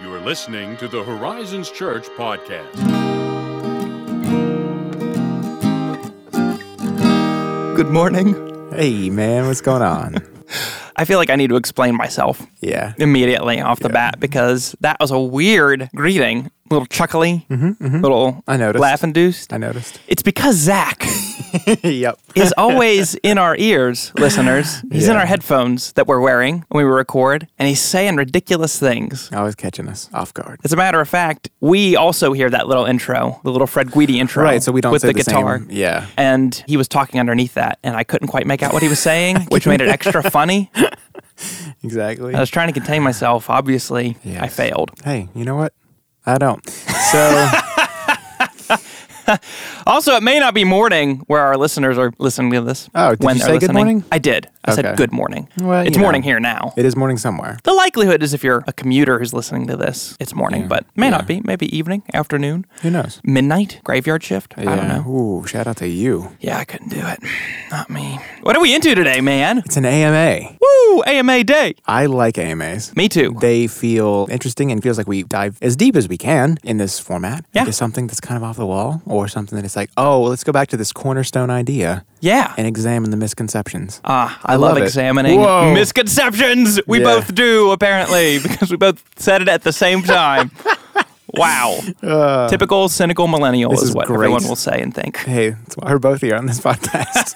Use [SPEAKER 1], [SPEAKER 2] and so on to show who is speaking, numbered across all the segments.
[SPEAKER 1] You are listening to the Horizons Church podcast.
[SPEAKER 2] Good morning.
[SPEAKER 3] Hey man, what's going on?
[SPEAKER 2] I feel like I need to explain myself
[SPEAKER 3] yeah.
[SPEAKER 2] immediately off the bat because that was a weird greeting, a little chuckly, little
[SPEAKER 3] Mm-hmm, I noticed.
[SPEAKER 2] laugh induced.
[SPEAKER 3] I noticed.
[SPEAKER 2] It's because Zach
[SPEAKER 3] yep.
[SPEAKER 2] is always in our ears, listeners. He's in
[SPEAKER 3] Yeah.
[SPEAKER 2] our headphones that we're wearing when we record, and he's saying ridiculous things.
[SPEAKER 3] Always catching us off guard.
[SPEAKER 2] As a matter of fact, we also hear that little intro, the little Fred Guidi intro,
[SPEAKER 3] Right, so we don't
[SPEAKER 2] with
[SPEAKER 3] say
[SPEAKER 2] the,
[SPEAKER 3] the same-
[SPEAKER 2] guitar.
[SPEAKER 3] yeah.
[SPEAKER 2] and he was talking underneath that, and I couldn't quite make out what he was saying, which made it extra funny.
[SPEAKER 3] Exactly.
[SPEAKER 2] I was trying to contain myself. Obviously, I
[SPEAKER 3] Yes.
[SPEAKER 2] failed.
[SPEAKER 3] hey, you know what? I don't. So
[SPEAKER 2] Also, it may not be morning where our listeners are listening to this.
[SPEAKER 3] Oh, did you
[SPEAKER 2] they're
[SPEAKER 3] say good morning?
[SPEAKER 2] I did. I said
[SPEAKER 3] Okay.
[SPEAKER 2] good morning.
[SPEAKER 3] Well,
[SPEAKER 2] it's
[SPEAKER 3] you know.
[SPEAKER 2] morning here now.
[SPEAKER 3] it is morning somewhere.
[SPEAKER 2] the likelihood is if you're a commuter who's listening to this, it's morning, but may not be. Maybe evening, afternoon,
[SPEAKER 3] Who knows?
[SPEAKER 2] midnight, graveyard shift. I don't know.
[SPEAKER 3] Ooh, shout out to you.
[SPEAKER 2] Yeah, I couldn't do it. Not me. What are we into today, man?
[SPEAKER 3] It's an AMA.
[SPEAKER 2] Woo! AMA day.
[SPEAKER 3] I like AMAs.
[SPEAKER 2] Me too.
[SPEAKER 3] They feel interesting and feels like we dive as deep as we can in this format
[SPEAKER 2] Yeah.
[SPEAKER 3] into something that's kind of off the wall or something that is like, oh, well, let's go back to this cornerstone idea
[SPEAKER 2] Yeah.
[SPEAKER 3] and examine the misconceptions.
[SPEAKER 2] Ah, I,
[SPEAKER 3] I
[SPEAKER 2] love,
[SPEAKER 3] love it.
[SPEAKER 2] examining
[SPEAKER 3] Whoa.
[SPEAKER 2] misconceptions. We
[SPEAKER 3] Yeah.
[SPEAKER 2] both do, apparently, because we both said it at the same time. wow. Typical cynical millennial Uh, is,
[SPEAKER 3] is
[SPEAKER 2] what
[SPEAKER 3] great.
[SPEAKER 2] everyone will say and think.
[SPEAKER 3] hey, that's why we're both here on this podcast.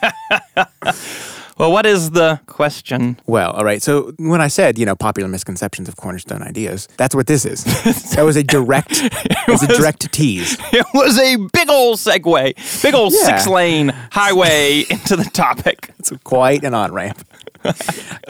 [SPEAKER 2] Well, what is the question?
[SPEAKER 3] Well, all right. So when I said, you know, popular misconceptions of cornerstone ideas, that's what this is. that was a direct, it was a direct tease.
[SPEAKER 2] It was a big old segue, big old
[SPEAKER 3] Yeah.
[SPEAKER 2] six lane highway into the topic.
[SPEAKER 3] It's quite an on ramp.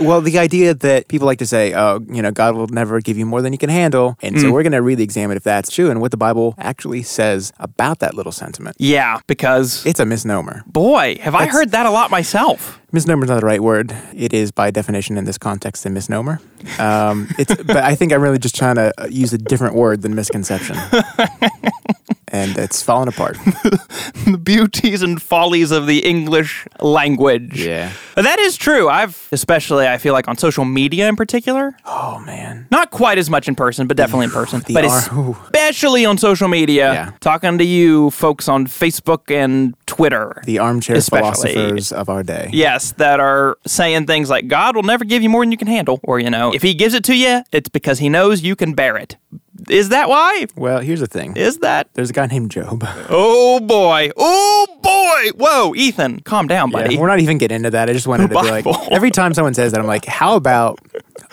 [SPEAKER 3] well, the idea that people like to say, oh, you know, God will never give you more than you can handle. And so we're going to really examine if that's true and what the Bible actually says about that little sentiment.
[SPEAKER 2] Yeah, because
[SPEAKER 3] It's a misnomer.
[SPEAKER 2] boy, have I heard that a lot myself.
[SPEAKER 3] Misnomer is not the right word. It is by definition in this context a misnomer. Um, it's, but I think I'm really just trying to uh, use a different word than misconception. and it's fallen apart.
[SPEAKER 2] The beauties and follies of the English language.
[SPEAKER 3] Yeah.
[SPEAKER 2] But that is true. I've, especially, I feel like on social media in particular,
[SPEAKER 3] Oh man.
[SPEAKER 2] not quite as much in person, but definitely in person.
[SPEAKER 3] The
[SPEAKER 2] But
[SPEAKER 3] R- ooh.
[SPEAKER 2] especially on social media,
[SPEAKER 3] Yeah.
[SPEAKER 2] talking to you folks on Facebook and Twitter.
[SPEAKER 3] The armchair
[SPEAKER 2] Especially-
[SPEAKER 3] philosophers of our day.
[SPEAKER 2] Yes, that are saying things like, God will never give you more than you can handle. Or, you know, if he gives it to you, it's because he knows you can bear it. Is that why?
[SPEAKER 3] Well, here's the thing.
[SPEAKER 2] Is that?
[SPEAKER 3] There's a guy named Job.
[SPEAKER 2] Oh boy. Oh boy. Whoa, Ethan, calm down, buddy.
[SPEAKER 3] we're not even getting into that. I just wanted to be like
[SPEAKER 2] Bible.
[SPEAKER 3] every time someone says that, I'm like, how about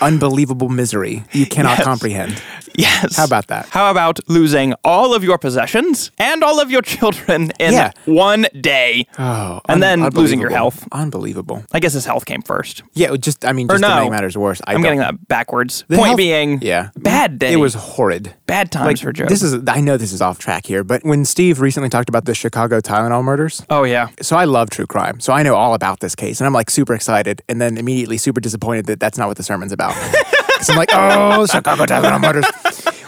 [SPEAKER 3] unbelievable misery you cannot comprehend?
[SPEAKER 2] yes.
[SPEAKER 3] How about that?
[SPEAKER 2] How about losing all of your possessions and all of your children in
[SPEAKER 3] Yeah.
[SPEAKER 2] one day?
[SPEAKER 3] Oh,
[SPEAKER 2] And then
[SPEAKER 3] un-
[SPEAKER 2] losing your
[SPEAKER 3] unbelievable.
[SPEAKER 2] health.
[SPEAKER 3] Unbelievable.
[SPEAKER 2] I guess his health came first.
[SPEAKER 3] Yeah, it just I mean,
[SPEAKER 2] Or
[SPEAKER 3] just
[SPEAKER 2] no.
[SPEAKER 3] to make matters worse, I
[SPEAKER 2] I'm
[SPEAKER 3] don't-
[SPEAKER 2] getting that backwards.
[SPEAKER 3] The
[SPEAKER 2] Point
[SPEAKER 3] health-
[SPEAKER 2] being,
[SPEAKER 3] yeah,
[SPEAKER 2] bad day.
[SPEAKER 3] It was horrid.
[SPEAKER 2] bad times for Joe.
[SPEAKER 3] This is I know this is off track here, but when Steve recently talked about the Chicago Tylenol murders,
[SPEAKER 2] oh yeah,
[SPEAKER 3] so I love true crime. So I know all about this case, and I'm like super excited, and then immediately super disappointed that that's not what the sermon's about. 'Cause I'm like, oh, Chicago Tylenol murders.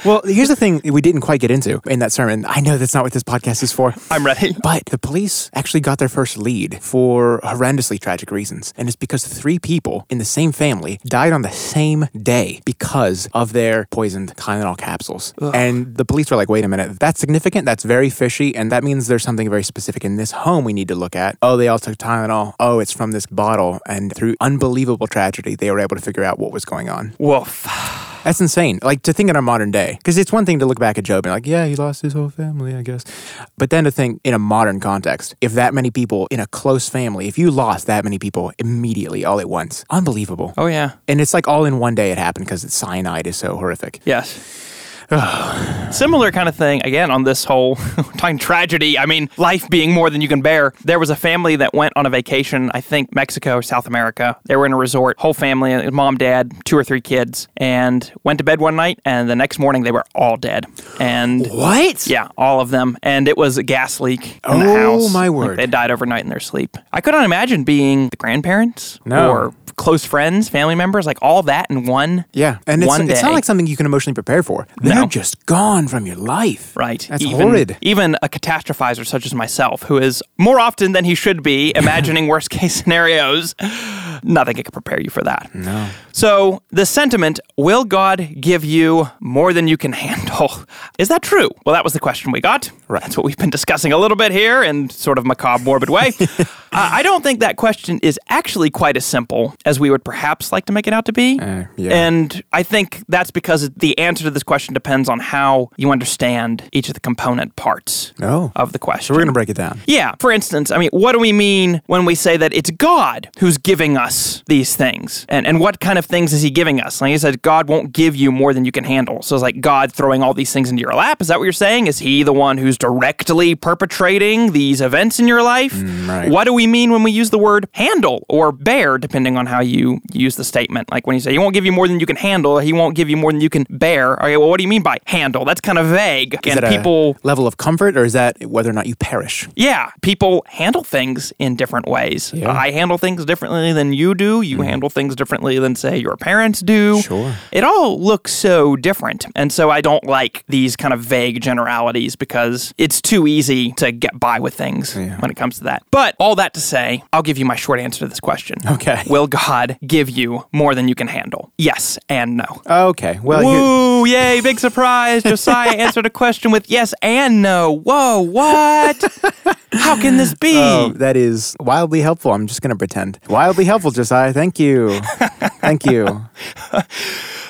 [SPEAKER 3] Well, here's the thing we didn't quite get into in that sermon. I know that's not what this podcast is for.
[SPEAKER 2] I'm ready.
[SPEAKER 3] But the police actually got their first lead for horrendously tragic reasons. And it's because three people in the same family died on the same day because of their poisoned Tylenol capsules. And the police were like, wait a minute, that's significant. That's very fishy. And that means there's something very specific in this home we need to look at. Oh, they all took Tylenol. Oh, it's from this bottle. And through unbelievable tragedy, they were able to figure out what was going on.
[SPEAKER 2] Woof.
[SPEAKER 3] That's insane. Like to think in our modern day, because it's one thing to look back at Job and like, yeah, he lost his whole family, I guess. But then to think in a modern context, if that many people in a close family, if you lost that many people immediately all at once, unbelievable.
[SPEAKER 2] Oh yeah.
[SPEAKER 3] And it's like all in one day it happened because cyanide is so horrific.
[SPEAKER 2] Yes. Similar kind of thing again on this whole time tragedy. I mean, life being more than you can bear. There was a family that went on a vacation, I think Mexico or South America. They were in a resort, whole family, mom, dad, two or three kids, and went to bed one night and the next morning they were all dead. And
[SPEAKER 3] What?
[SPEAKER 2] Yeah, all of them. And it was a gas leak in the
[SPEAKER 3] Oh,
[SPEAKER 2] house.
[SPEAKER 3] my
[SPEAKER 2] Like,
[SPEAKER 3] word.
[SPEAKER 2] they died overnight in their sleep. I could not imagine being the grandparents
[SPEAKER 3] No.
[SPEAKER 2] or close friends, family members, like all that in one
[SPEAKER 3] Yeah. And it's,
[SPEAKER 2] one
[SPEAKER 3] it's
[SPEAKER 2] day.
[SPEAKER 3] not like something you can emotionally prepare for. This They're
[SPEAKER 2] know?
[SPEAKER 3] just gone from your life.
[SPEAKER 2] Right.
[SPEAKER 3] That's
[SPEAKER 2] even,
[SPEAKER 3] horrid.
[SPEAKER 2] Even a catastrophizer such as myself, who is more often than he should be imagining worst case scenarios, nothing can prepare you for that. No. So, the sentiment, will God give you more than you can handle? Is that true? Well, that was the question we got.
[SPEAKER 3] Right.
[SPEAKER 2] That's what we've been discussing a little bit here in sort of macabre, morbid way. uh, I don't think that question is actually quite as simple as we would perhaps like to make it out to be.
[SPEAKER 3] Uh, yeah.
[SPEAKER 2] And and I think that's because the answer to this question depends on how you understand each of the component parts
[SPEAKER 3] Oh.
[SPEAKER 2] of the question.
[SPEAKER 3] We're going to break it down.
[SPEAKER 2] Yeah. For instance, I mean, what do we mean when we say that it's God who's giving us these things? And and what kind of things is he giving us? Like he said, God won't give you more than you can handle. So it's like God throwing all these things into your lap. Is that what you're saying? Is he the one who's directly perpetrating these events in your life?
[SPEAKER 3] Mm, right.
[SPEAKER 2] What do we mean when we use the word handle or bear, depending on how you use the statement? Like when you say he won't give you more than you can handle, he won't give you more than you can bear. Okay, well, what do you mean by handle? That's kind of vague.
[SPEAKER 3] Is
[SPEAKER 2] and
[SPEAKER 3] that a
[SPEAKER 2] people
[SPEAKER 3] level of comfort or is that whether or not you perish?
[SPEAKER 2] yeah, people handle things in different ways. I handle things differently than you do. You handle things differently than, say, your parents do.
[SPEAKER 3] Mm-hmm. Sure.
[SPEAKER 2] It all looks so different. And so I don't like these kind of vague generalities because it's too easy to get by with things when it comes to that. But all that to say, I'll give you my short answer to this question.
[SPEAKER 3] Okay.
[SPEAKER 2] Will God give you more than you can handle? Yes and no.
[SPEAKER 3] Okay. Well, you,
[SPEAKER 2] Woo! Yay! Big surprise. Josiah answered a question with yes and no. Whoa! What? How can this be?
[SPEAKER 3] oh, that is wildly helpful. I'm just going to pretend. Wildly helpful, Josiah. Thank you. Thank you.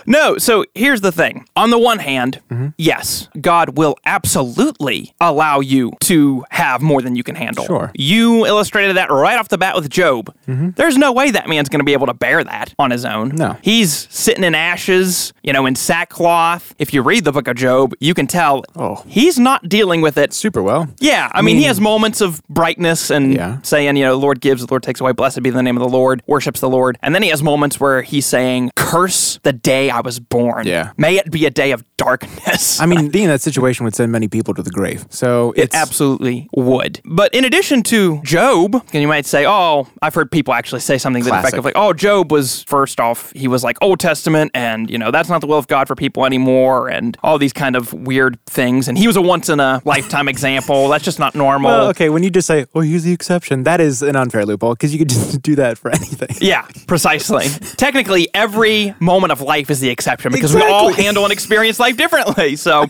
[SPEAKER 2] No. So here's the thing. On the one hand,
[SPEAKER 3] Mm-hmm.
[SPEAKER 2] yes, God will absolutely allow you to have more than you can handle.
[SPEAKER 3] Sure. Mm-hmm.
[SPEAKER 2] You illustrated that right off the bat with Job. There's no way that man's going to be able to bear that on his own.
[SPEAKER 3] No.
[SPEAKER 2] He's sitting in ashes, you know, in sackcloth. If you read the book of Job, you can tell
[SPEAKER 3] Oh.
[SPEAKER 2] he's not dealing with it
[SPEAKER 3] Super well.
[SPEAKER 2] Yeah, I mean, he has moments of brightness and
[SPEAKER 3] Yeah.
[SPEAKER 2] saying, you know, Lord gives, the Lord takes away, blessed be the name of the Lord, worships the Lord. And then he has moments where he's saying, curse the day I was born.
[SPEAKER 3] Yeah.
[SPEAKER 2] May it be a day of darkness.
[SPEAKER 3] I mean, being in that situation would send many people to the grave. So
[SPEAKER 2] it
[SPEAKER 3] it's
[SPEAKER 2] absolutely would. But in addition to Job, and you might say, oh, I've heard people actually say something to the effect
[SPEAKER 3] Classic.
[SPEAKER 2] of like, oh, Job was, first off, he was like Old Testament and, you know, that's not the will of God for people anymore and all these kind of weird things. And he was a once in a lifetime example. That's just not normal.
[SPEAKER 3] Well, uh, okay, when you just say, "Oh, here's the exception," that is an unfair loophole because you could just do that for anything.
[SPEAKER 2] Yeah, precisely. Technically, every moment of life is the exception because we all
[SPEAKER 3] Exactly.
[SPEAKER 2] handle and experience life differently. So.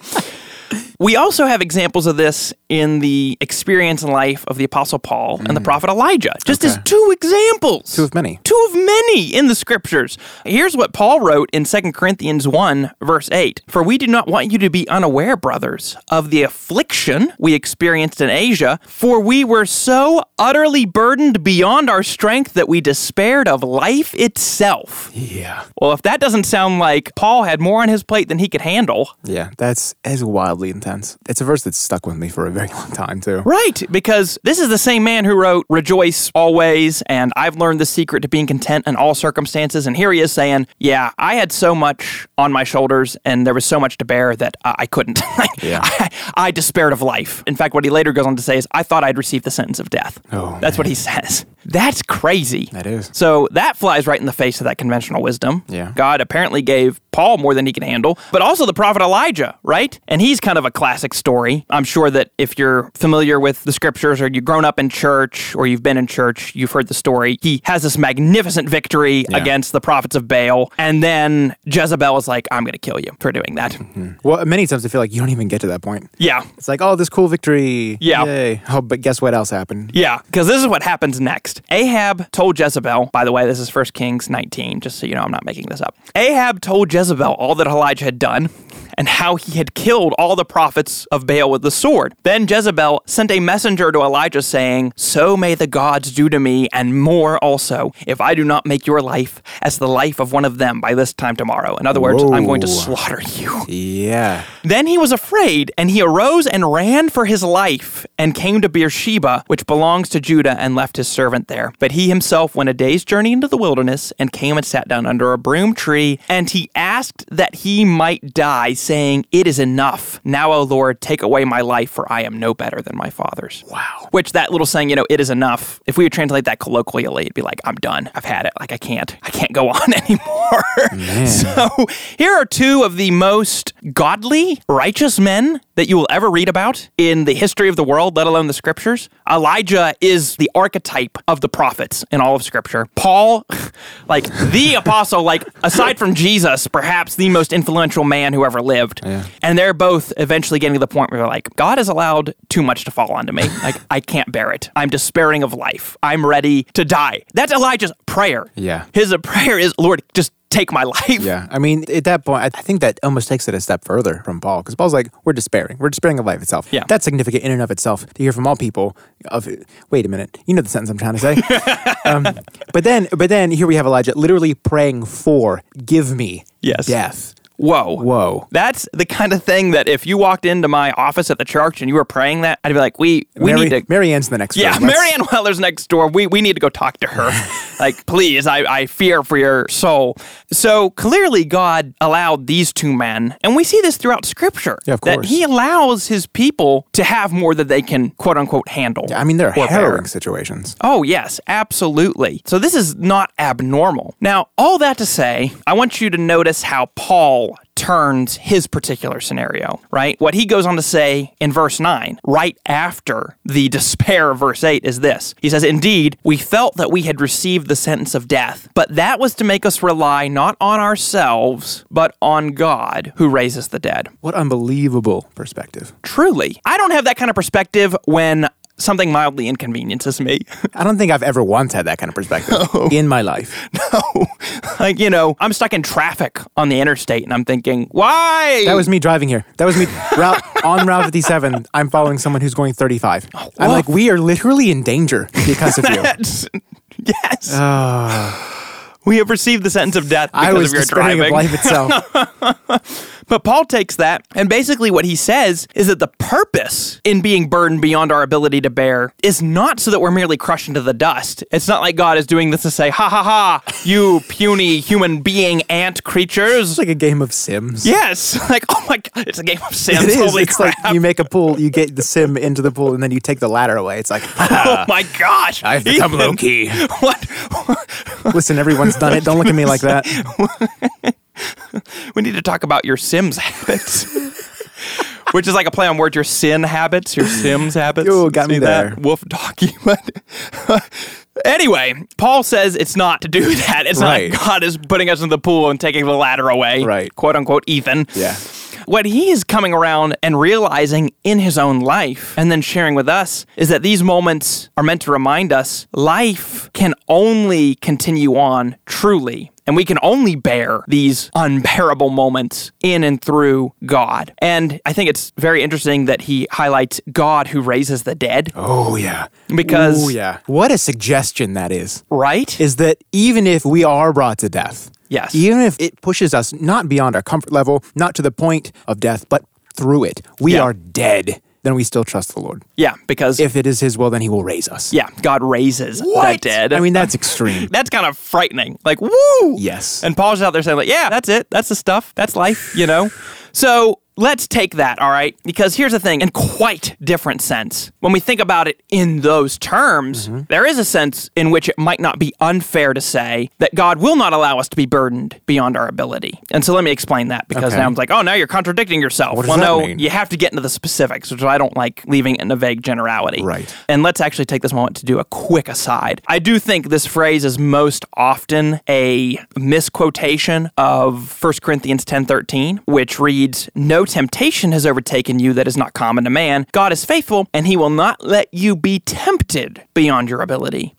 [SPEAKER 2] We also have examples of this in the experience and life of the Apostle Paul and the prophet Elijah, just as two examples.
[SPEAKER 3] Mm. Two of many.
[SPEAKER 2] Two of many in the scriptures. Here's what Paul wrote in 2 Corinthians 1, verse 8 For we do not want you to be unaware, brothers, of the affliction we experienced in Asia, for we were so utterly burdened beyond our strength that we despaired of life itself.
[SPEAKER 3] Yeah,
[SPEAKER 2] Well, if that doesn't sound like Paul had more on his plate than he could handle,
[SPEAKER 3] yeah, that's as wildly intense. It's a verse that's stuck with me for a very long time too.
[SPEAKER 2] Right, because this is the same man who wrote Rejoice Always and I've learned the secret to being content in all circumstances. And here he is saying, Yeah, I had so much on my shoulders and there was so much to bear that uh, I couldn't.
[SPEAKER 3] Yeah.
[SPEAKER 2] I, I despaired of life. In fact, what he later goes on to say is, I thought I'd received the sentence of death.
[SPEAKER 3] Oh,
[SPEAKER 2] That's what he says. That's crazy.
[SPEAKER 3] That is.
[SPEAKER 2] So that flies right in the face of that conventional wisdom.
[SPEAKER 3] Yeah.
[SPEAKER 2] God apparently gave Paul more than he can handle, but also the prophet Elijah, right? And he's kind of a classic story. I'm sure that if you're familiar with the scriptures or you've grown up in church or you've been in church, you've heard the story. He has this magnificent victory against the prophets of Baal. And then Jezebel is like, I'm going to kill you for doing that.
[SPEAKER 3] Well, many times I feel like you don't even get to that point.
[SPEAKER 2] Yeah.
[SPEAKER 3] It's like, oh, this cool victory.
[SPEAKER 2] Yeah.
[SPEAKER 3] Yay. Oh, but guess what else happened?
[SPEAKER 2] Yeah, because this is what happens next. Ahab told Jezebel, by the way, this is 1 Kings 19, just so you know I'm not making this up. Ahab told Jezebel all that Elijah had done and how he had killed all the prophets of Baal with the sword. Then Jezebel sent a messenger to Elijah saying, So may the gods do to me and more also, if I do not make your life as the life of one of them by this time tomorrow. In other words, I'm going to
[SPEAKER 3] Whoa.
[SPEAKER 2] slaughter you.
[SPEAKER 3] Yeah.
[SPEAKER 2] Then he was afraid, and he arose and ran for his life, and came to Beersheba, which belongs to Judah, and left his servant there. But he himself went a day's journey into the wilderness, and came and sat down under a broom tree, and he asked that he might die, saying, It is enough. Now, O Lord, take away my life, for I am no better than my father's.
[SPEAKER 3] Wow.
[SPEAKER 2] Which that little saying, you know, it is enough. If we would translate that colloquially, it'd be like, I'm done. I've had it. Like, I can't. I can't go on anymore. So here are two of the most godly, righteous men that you will ever read about in the history of the world, let alone the scriptures. Elijah is the archetype of the prophets in all of scripture. Paul, like the apostle, like aside from Jesus, perhaps the most influential man who ever lived. And they're both eventually getting to the point where they're like, God has allowed too much to fall onto me. Like, I can't bear it. I'm despairing of life. I'm ready to die. That's Elijah's prayer.
[SPEAKER 3] Yeah.
[SPEAKER 2] His prayer is, Lord, just take my life.
[SPEAKER 3] Yeah. I mean, at that point, I I think that almost takes it a step further from Paul because Paul's like, we're despairing. We're despairing of life itself.
[SPEAKER 2] Yeah.
[SPEAKER 3] That's significant in and of itself to hear from all people of, wait a minute, you know the sentence I'm trying to say. um, but then, but then here we have Elijah literally praying for, give me
[SPEAKER 2] Yes.
[SPEAKER 3] death.
[SPEAKER 2] Whoa.
[SPEAKER 3] Whoa.
[SPEAKER 2] That's the kind of thing that if you walked into my office at the church and you were praying that, I'd be like, we, we
[SPEAKER 3] Mary,
[SPEAKER 2] need to.
[SPEAKER 3] Mary Ann's the next
[SPEAKER 2] yeah,
[SPEAKER 3] room. That's-
[SPEAKER 2] Marianne Weller's next door. We, we need to go talk to her. like, please, I, I fear for your soul. So clearly, God allowed these two men, and we see this throughout Scripture,
[SPEAKER 3] Yeah, of
[SPEAKER 2] that
[SPEAKER 3] course.
[SPEAKER 2] He allows His people to have more than they can, quote unquote, handle.
[SPEAKER 3] I mean, there are
[SPEAKER 2] or bear.
[SPEAKER 3] harrowing situations.
[SPEAKER 2] Oh, yes, absolutely. So this is not abnormal. Now, all that to say, I want you to notice how Paul turns his particular scenario, right? What he goes on to say in verse 9, right after the despair of verse 8, is this. He says, Indeed, we felt that we had received the sentence of death, but that was to make us rely not on ourselves, but on God who raises the dead
[SPEAKER 3] What unbelievable perspective.
[SPEAKER 2] truly. I don't have that kind of perspective when something mildly inconveniences me.
[SPEAKER 3] I don't think I've ever once had that kind of perspective in my life.
[SPEAKER 2] no. like, you know, I'm stuck in traffic on the interstate and I'm thinking, why?
[SPEAKER 3] That was me driving here. That was me route on Route 57. I'm following someone who's going 35.
[SPEAKER 2] Oh,
[SPEAKER 3] I'm like, we are literally in danger because of you. Ah.
[SPEAKER 2] That's- yes. we have received the sentence of death because
[SPEAKER 3] I was
[SPEAKER 2] of your
[SPEAKER 3] despairing
[SPEAKER 2] driving.
[SPEAKER 3] of life itself.
[SPEAKER 2] But Paul takes that, and basically what he says is that the purpose in being burdened beyond our ability to bear is not so that we're merely crushed into the dust. It's not like God is doing this to say, ha ha ha, you puny human being ant creatures.
[SPEAKER 3] It's like a game of Sims.
[SPEAKER 2] Yes, like oh my god, it's a game of Sims.
[SPEAKER 3] It is.
[SPEAKER 2] Holy
[SPEAKER 3] it's
[SPEAKER 2] crap!
[SPEAKER 3] like you make a pool, you get the sim into the pool, and then you take the ladder away. It's like,
[SPEAKER 2] oh my gosh,
[SPEAKER 3] I've become
[SPEAKER 2] Ethan,
[SPEAKER 3] low-key.
[SPEAKER 2] What?
[SPEAKER 3] listen, everyone's done it. Don't look at me like that.
[SPEAKER 2] we need to talk about your Sims habits, which is like a play on words. Your sin habits, your Sims habits.
[SPEAKER 3] Yo, got me
[SPEAKER 2] See
[SPEAKER 3] there.
[SPEAKER 2] That? Wolf doggy. But anyway, Paul says it's not to do that. It's
[SPEAKER 3] Right.
[SPEAKER 2] not God is putting us in the pool and taking the ladder away.
[SPEAKER 3] Right.
[SPEAKER 2] Quote unquote. Ethan.
[SPEAKER 3] Yeah.
[SPEAKER 2] What he is coming around and realizing in his own life and then sharing with us is that these moments are meant to remind us life can only continue on truly. And we can only bear these unbearable moments in and through God. And I think it's very interesting that he highlights God who raises the dead,
[SPEAKER 3] Oh, yeah.
[SPEAKER 2] Because-
[SPEAKER 3] oh, yeah. What a suggestion that is.
[SPEAKER 2] right?
[SPEAKER 3] is that even if we are brought to death,
[SPEAKER 2] Yes.
[SPEAKER 3] even if it pushes us not beyond our comfort level, not to the point of death, but through it, we
[SPEAKER 2] Yeah.
[SPEAKER 3] are dead, then we still trust the Lord.
[SPEAKER 2] yeah, because
[SPEAKER 3] If it is His will, then He will raise us.
[SPEAKER 2] yeah, God raises
[SPEAKER 3] What?
[SPEAKER 2] the dead.
[SPEAKER 3] I mean, that's extreme.
[SPEAKER 2] that's kind of frightening. Like, woo!
[SPEAKER 3] Yes.
[SPEAKER 2] And Paul's out there saying, like, yeah, that's it. That's the stuff. That's life, you know? So let's take that, all right? Because here's the thing, in quite different sense. When we think about it in those terms,
[SPEAKER 3] Mm-hmm.
[SPEAKER 2] there is a sense in which it might not be unfair to say that God will not allow us to be burdened beyond our ability. And so let me explain that because
[SPEAKER 3] Okay.
[SPEAKER 2] now I'm like, oh, now you're contradicting yourself.
[SPEAKER 3] What does
[SPEAKER 2] well,
[SPEAKER 3] that
[SPEAKER 2] no,
[SPEAKER 3] mean?
[SPEAKER 2] you have to get into the specifics, which I don't like leaving it in a vague generality.
[SPEAKER 3] Right.
[SPEAKER 2] And let's actually take this moment to do a quick aside. I do think this phrase is most often a misquotation of 1 Corinthians 10:13, which reads, "No temptation has overtaken you that is not common to man. God is faithful, and he will not let you be tempted beyond your ability."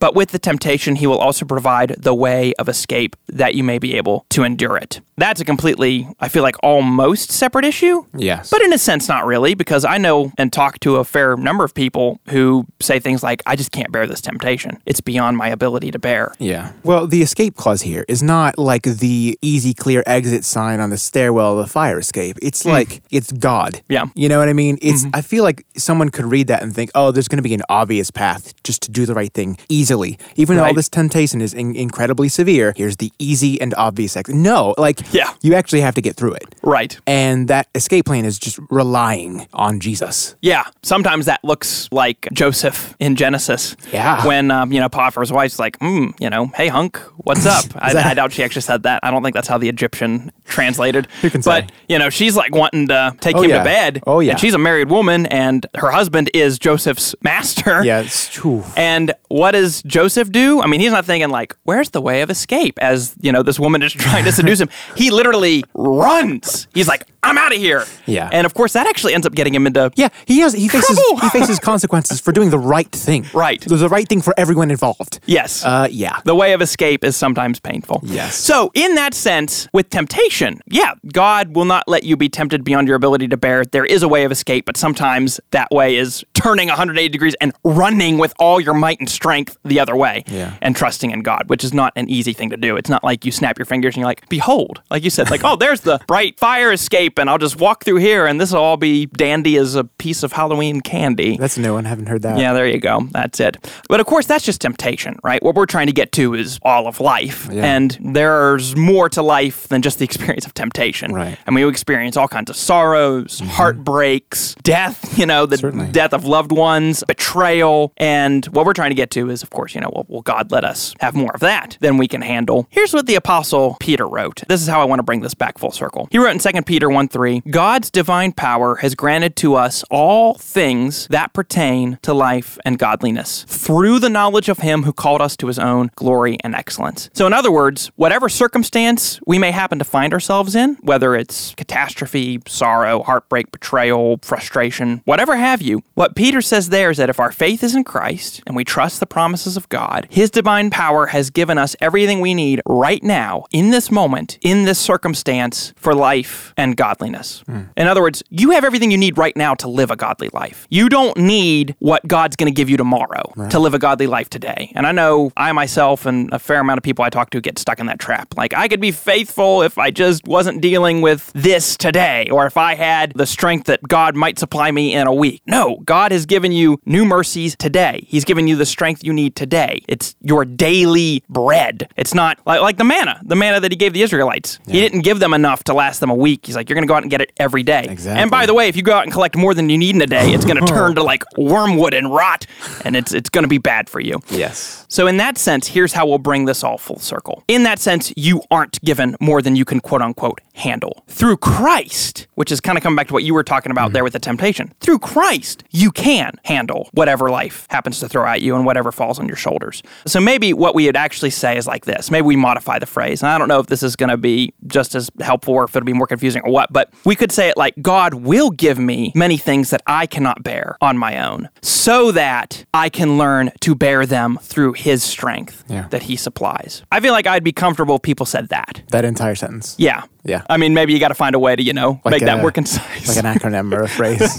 [SPEAKER 2] But with the temptation, he will also provide the way of escape that you may be able to endure it. That's a completely, I feel like, almost separate issue.
[SPEAKER 3] Yes.
[SPEAKER 2] But in a sense, not really, because I know and talk to a fair number of people who say things like, I just can't bear this temptation. It's beyond my ability to bear.
[SPEAKER 3] Yeah. Well, the escape clause here is not like the easy, clear exit sign on the stairwell of the fire escape. It's like it's God.
[SPEAKER 2] Mm. Yeah. Mm-hmm.
[SPEAKER 3] You know what I mean? It's. I feel like someone could read that and think, "Oh, there's going to be an obvious path just to do the right thing everything easily. Even though all
[SPEAKER 2] Right.
[SPEAKER 3] this temptation is in- incredibly severe, here's the easy and obvious exit. No, like
[SPEAKER 2] Yeah.
[SPEAKER 3] you actually have to get through it.
[SPEAKER 2] Right.
[SPEAKER 3] And that escape plan is just relying on Jesus.
[SPEAKER 2] Yeah, sometimes that looks like Joseph in Genesis.
[SPEAKER 3] Yeah.
[SPEAKER 2] When, um, you know, Potiphar's wife's like, mm, you know, hey, hunk, what's up? I,
[SPEAKER 3] that-
[SPEAKER 2] I doubt she actually said that. I don't think that's how the Egyptian translated.
[SPEAKER 3] Who can
[SPEAKER 2] but,
[SPEAKER 3] say?
[SPEAKER 2] you know, she's like wanting to take
[SPEAKER 3] Oh,
[SPEAKER 2] him
[SPEAKER 3] yeah.
[SPEAKER 2] to bed.
[SPEAKER 3] Oh, yeah.
[SPEAKER 2] And she's a married woman, and her husband is Joseph's master.
[SPEAKER 3] Yeah, it's true.
[SPEAKER 2] And what does Joseph do? I mean, he's not thinking like, "Where's the way of escape?" As you know, this woman is trying to seduce him. He literally runs. He's like, "I'm out of here."
[SPEAKER 3] Yeah.
[SPEAKER 2] And of course, that actually ends up getting him into
[SPEAKER 3] Yeah, he has he faces
[SPEAKER 2] Trouble.
[SPEAKER 3] he faces consequences for doing the right thing.
[SPEAKER 2] Right.
[SPEAKER 3] There's the right thing for everyone involved.
[SPEAKER 2] Yes.
[SPEAKER 3] Uh yeah.
[SPEAKER 2] the way of escape is sometimes painful.
[SPEAKER 3] Yes.
[SPEAKER 2] So, in that sense, with temptation, yeah, God will not let you be tempted beyond your ability to bear. There is a way of escape, but sometimes that way is turning 180 degrees and running with all your might and strength the other way
[SPEAKER 3] Yeah.
[SPEAKER 2] and trusting in God, which is not an easy thing to do. It's not like you snap your fingers and you're like, behold, like you said, like, oh, there's the bright fire escape, and I'll just walk through here, and this will all be dandy as a piece of Halloween candy.
[SPEAKER 3] That's a new one. I haven't heard that.
[SPEAKER 2] Yeah, there you go. That's it. But of course, that's just temptation, right? What we're trying to get to is all of life. And there's more to life than just the experience of temptation.
[SPEAKER 3] Right. Mm-hmm.
[SPEAKER 2] And we experience all kinds of sorrows, heartbreaks, death, you know, the
[SPEAKER 3] Certainly.
[SPEAKER 2] death of loved ones, betrayal. And what we're trying to get to is, of course, you know, will, will God let us have more of that than we can handle? Here's what the Apostle Peter wrote. This is how I want to bring this back full circle. He wrote in 2 Peter 1 3, God's divine power has granted to us all things that pertain to life and godliness through the knowledge of him who called us to his own glory and excellence. So, in other words, whatever circumstance we may happen to find ourselves in, whether it's catastrophe, sorrow, heartbreak, betrayal, frustration, whatever have you, what Peter says there is that if our faith is in Christ and we trust the promises of God, his divine power has given us everything we need right now, in this moment, in this circumstance, for life and godliness. In other words, you have everything you need right now to live a godly life. You don't need what God's going to give you tomorrow to live a godly life today. And I know I myself and a fair amount of people I talk to get stuck in that trap. Like, I could be faithful if I just wasn't dealing with this today, or if I had the strength that God might supply me in a week. No, God has given you new mercies today. He's given you the strength you need today. It's your daily bread. It's not like, like the manna, the manna that He gave the Israelites. He didn't give them enough to last them a week. He's like, you're going to go out and get it every day.
[SPEAKER 3] Exactly.
[SPEAKER 2] And by the way, if you go out and collect more than you need in a day, it's going to turn to like wormwood and rot, and it's it's going to be bad for you.
[SPEAKER 3] Yes.
[SPEAKER 2] So, in that sense, here's how we'll bring this all full circle. In that sense, you aren't given more than you can quote unquote handle. Through Christ, which is kind of coming back to what you were talking about there with the temptation, through Christ, you can handle whatever life happens to throw at you and whatever falls on your shoulders. So, maybe what we would actually say is like this. Maybe we modify the phrase. And I don't know if this is going to be just as helpful or if it'll be more confusing or what, but we could say it like God will give me many things that I cannot bear on my own so that I can learn to bear them through his strength
[SPEAKER 3] Yeah.
[SPEAKER 2] that he supplies. I feel like I'd be comfortable if people said that.
[SPEAKER 3] That entire sentence.
[SPEAKER 2] Yeah.
[SPEAKER 3] Yeah.
[SPEAKER 2] I mean, maybe you got to find a way to, you know,
[SPEAKER 3] Like
[SPEAKER 2] make that
[SPEAKER 3] a-
[SPEAKER 2] more concise.
[SPEAKER 3] Like an acronym or a phrase.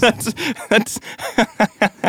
[SPEAKER 2] That's-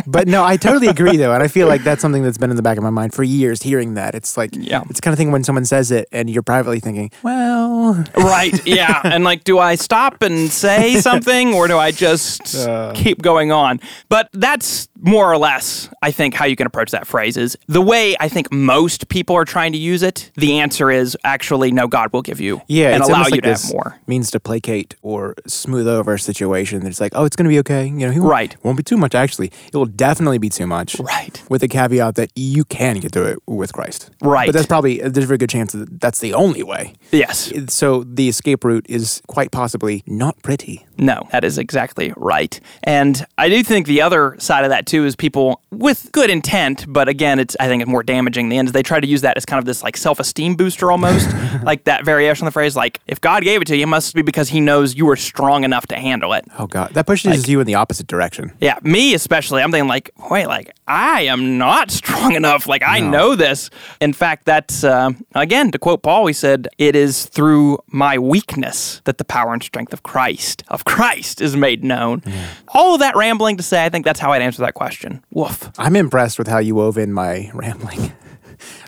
[SPEAKER 3] But no, I totally agree though, and I feel like that's something that's been in the back of my mind for years. Hearing that, it's like
[SPEAKER 2] Yeah.
[SPEAKER 3] it's the kind of thing when someone says it, and you're privately thinking, "Well,
[SPEAKER 2] right. Yeah. And like, do I stop and say something or do I just
[SPEAKER 3] Uh.
[SPEAKER 2] keep going on? But that's more or less, I think, how you can approach that phrase is the way I think most people are trying to use it. The answer is actually, no, God will give you
[SPEAKER 3] yeah,"
[SPEAKER 2] and
[SPEAKER 3] it's
[SPEAKER 2] allow
[SPEAKER 3] almost
[SPEAKER 2] you
[SPEAKER 3] like
[SPEAKER 2] to
[SPEAKER 3] this
[SPEAKER 2] have more.
[SPEAKER 3] means to placate or smooth over a situation. It's like, "Oh, it's going to be okay." You know, he won't,
[SPEAKER 2] Right.
[SPEAKER 3] Won't be too much. Actually, it will definitely be too much.
[SPEAKER 2] Right.
[SPEAKER 3] With the caveat that you can get through it with Christ.
[SPEAKER 2] Right.
[SPEAKER 3] But that's probably there's a very good chance that that's the only way.
[SPEAKER 2] Yes.
[SPEAKER 3] So the escape route is quite possibly not pretty.
[SPEAKER 2] No, that is exactly right. And I do think the other side of that too is people with good intent, but again, it's I think it's more damaging. in The end is they try to use that as kind of this like self-esteem booster almost, like that variation of the phrase like if God gave it to you, it must be because He knows you are strong enough to handle it.
[SPEAKER 3] Oh God, that pushes you in the opposite direction.
[SPEAKER 2] Yeah, me especially. I'm thinking like, wait, like I am not strong enough. Like I know this. In fact, that's uh, again to quote Paul. He said, "It is through my weakness that the power and strength of Christ of Christ is made known." All of that rambling to say, I think that's how I'd answer that question. Woof.
[SPEAKER 3] I'm impressed with how you wove in my rambling.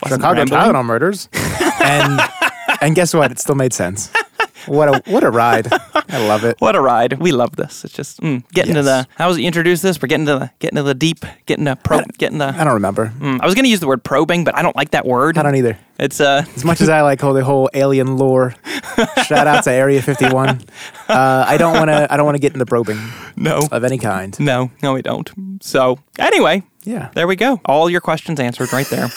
[SPEAKER 3] Chicago
[SPEAKER 2] rambling.
[SPEAKER 3] child murders. and and guess what? It still made sense. What a what a ride! I love it.
[SPEAKER 2] What a ride. We love this. It's just mm, getting to
[SPEAKER 3] Yes.
[SPEAKER 2] the. How was it you introduced this? We're getting to the getting to the deep, getting to probe, getting to.
[SPEAKER 3] I don't remember.
[SPEAKER 2] Mm, I was going to use the word probing, but I don't like that word.
[SPEAKER 3] I don't either.
[SPEAKER 2] It's uh,
[SPEAKER 3] As much as I like all the whole alien lore, shout out to Area 51. Uh, I don't want to. I don't want to get into probing
[SPEAKER 2] no,
[SPEAKER 3] of any kind.
[SPEAKER 2] no, no, we don't. So anyway,
[SPEAKER 3] Yeah.
[SPEAKER 2] there we go. All your questions answered right there.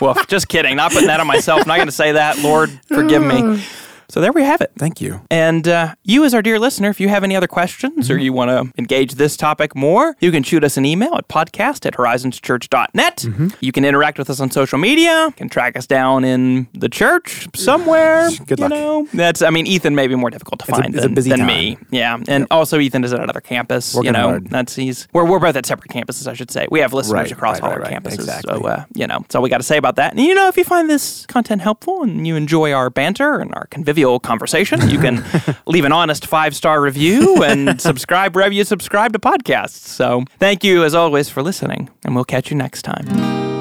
[SPEAKER 2] Woof. Just kidding. Not putting that on myself. Not going to say that. Lord, forgive me. So there we have it.
[SPEAKER 3] Thank you.
[SPEAKER 2] And uh, you, as our dear listener, if you have any other questions
[SPEAKER 3] Mm-hmm.
[SPEAKER 2] or you want to engage this topic more, you can shoot us an email at podcast at horizonschurch.net.
[SPEAKER 3] Mm-hmm.
[SPEAKER 2] You can interact with us on social media, you can track us down in the church somewhere.
[SPEAKER 3] Good
[SPEAKER 2] you
[SPEAKER 3] luck.
[SPEAKER 2] know. That's, I mean, Ethan may be more difficult to
[SPEAKER 3] a-
[SPEAKER 2] find
[SPEAKER 3] it's a
[SPEAKER 2] than,
[SPEAKER 3] busy
[SPEAKER 2] than
[SPEAKER 3] time.
[SPEAKER 2] me. Yeah. And also, Ethan is at another campus. you
[SPEAKER 3] Working
[SPEAKER 2] know,
[SPEAKER 3] hard.
[SPEAKER 2] that's he's, we're, we're both at separate campuses, I should say. We have listeners
[SPEAKER 3] Right,
[SPEAKER 2] across
[SPEAKER 3] right,
[SPEAKER 2] all
[SPEAKER 3] right,
[SPEAKER 2] our
[SPEAKER 3] right.
[SPEAKER 2] campuses.
[SPEAKER 3] Exactly.
[SPEAKER 2] So, uh, you know, that's all we got to say about that. And, you know, if you find this content helpful and you enjoy our banter and our convivial conversation, you can leave an honest five star review and subscribe wherever you subscribe to podcasts. So, thank you as always for listening, and we'll catch you next time.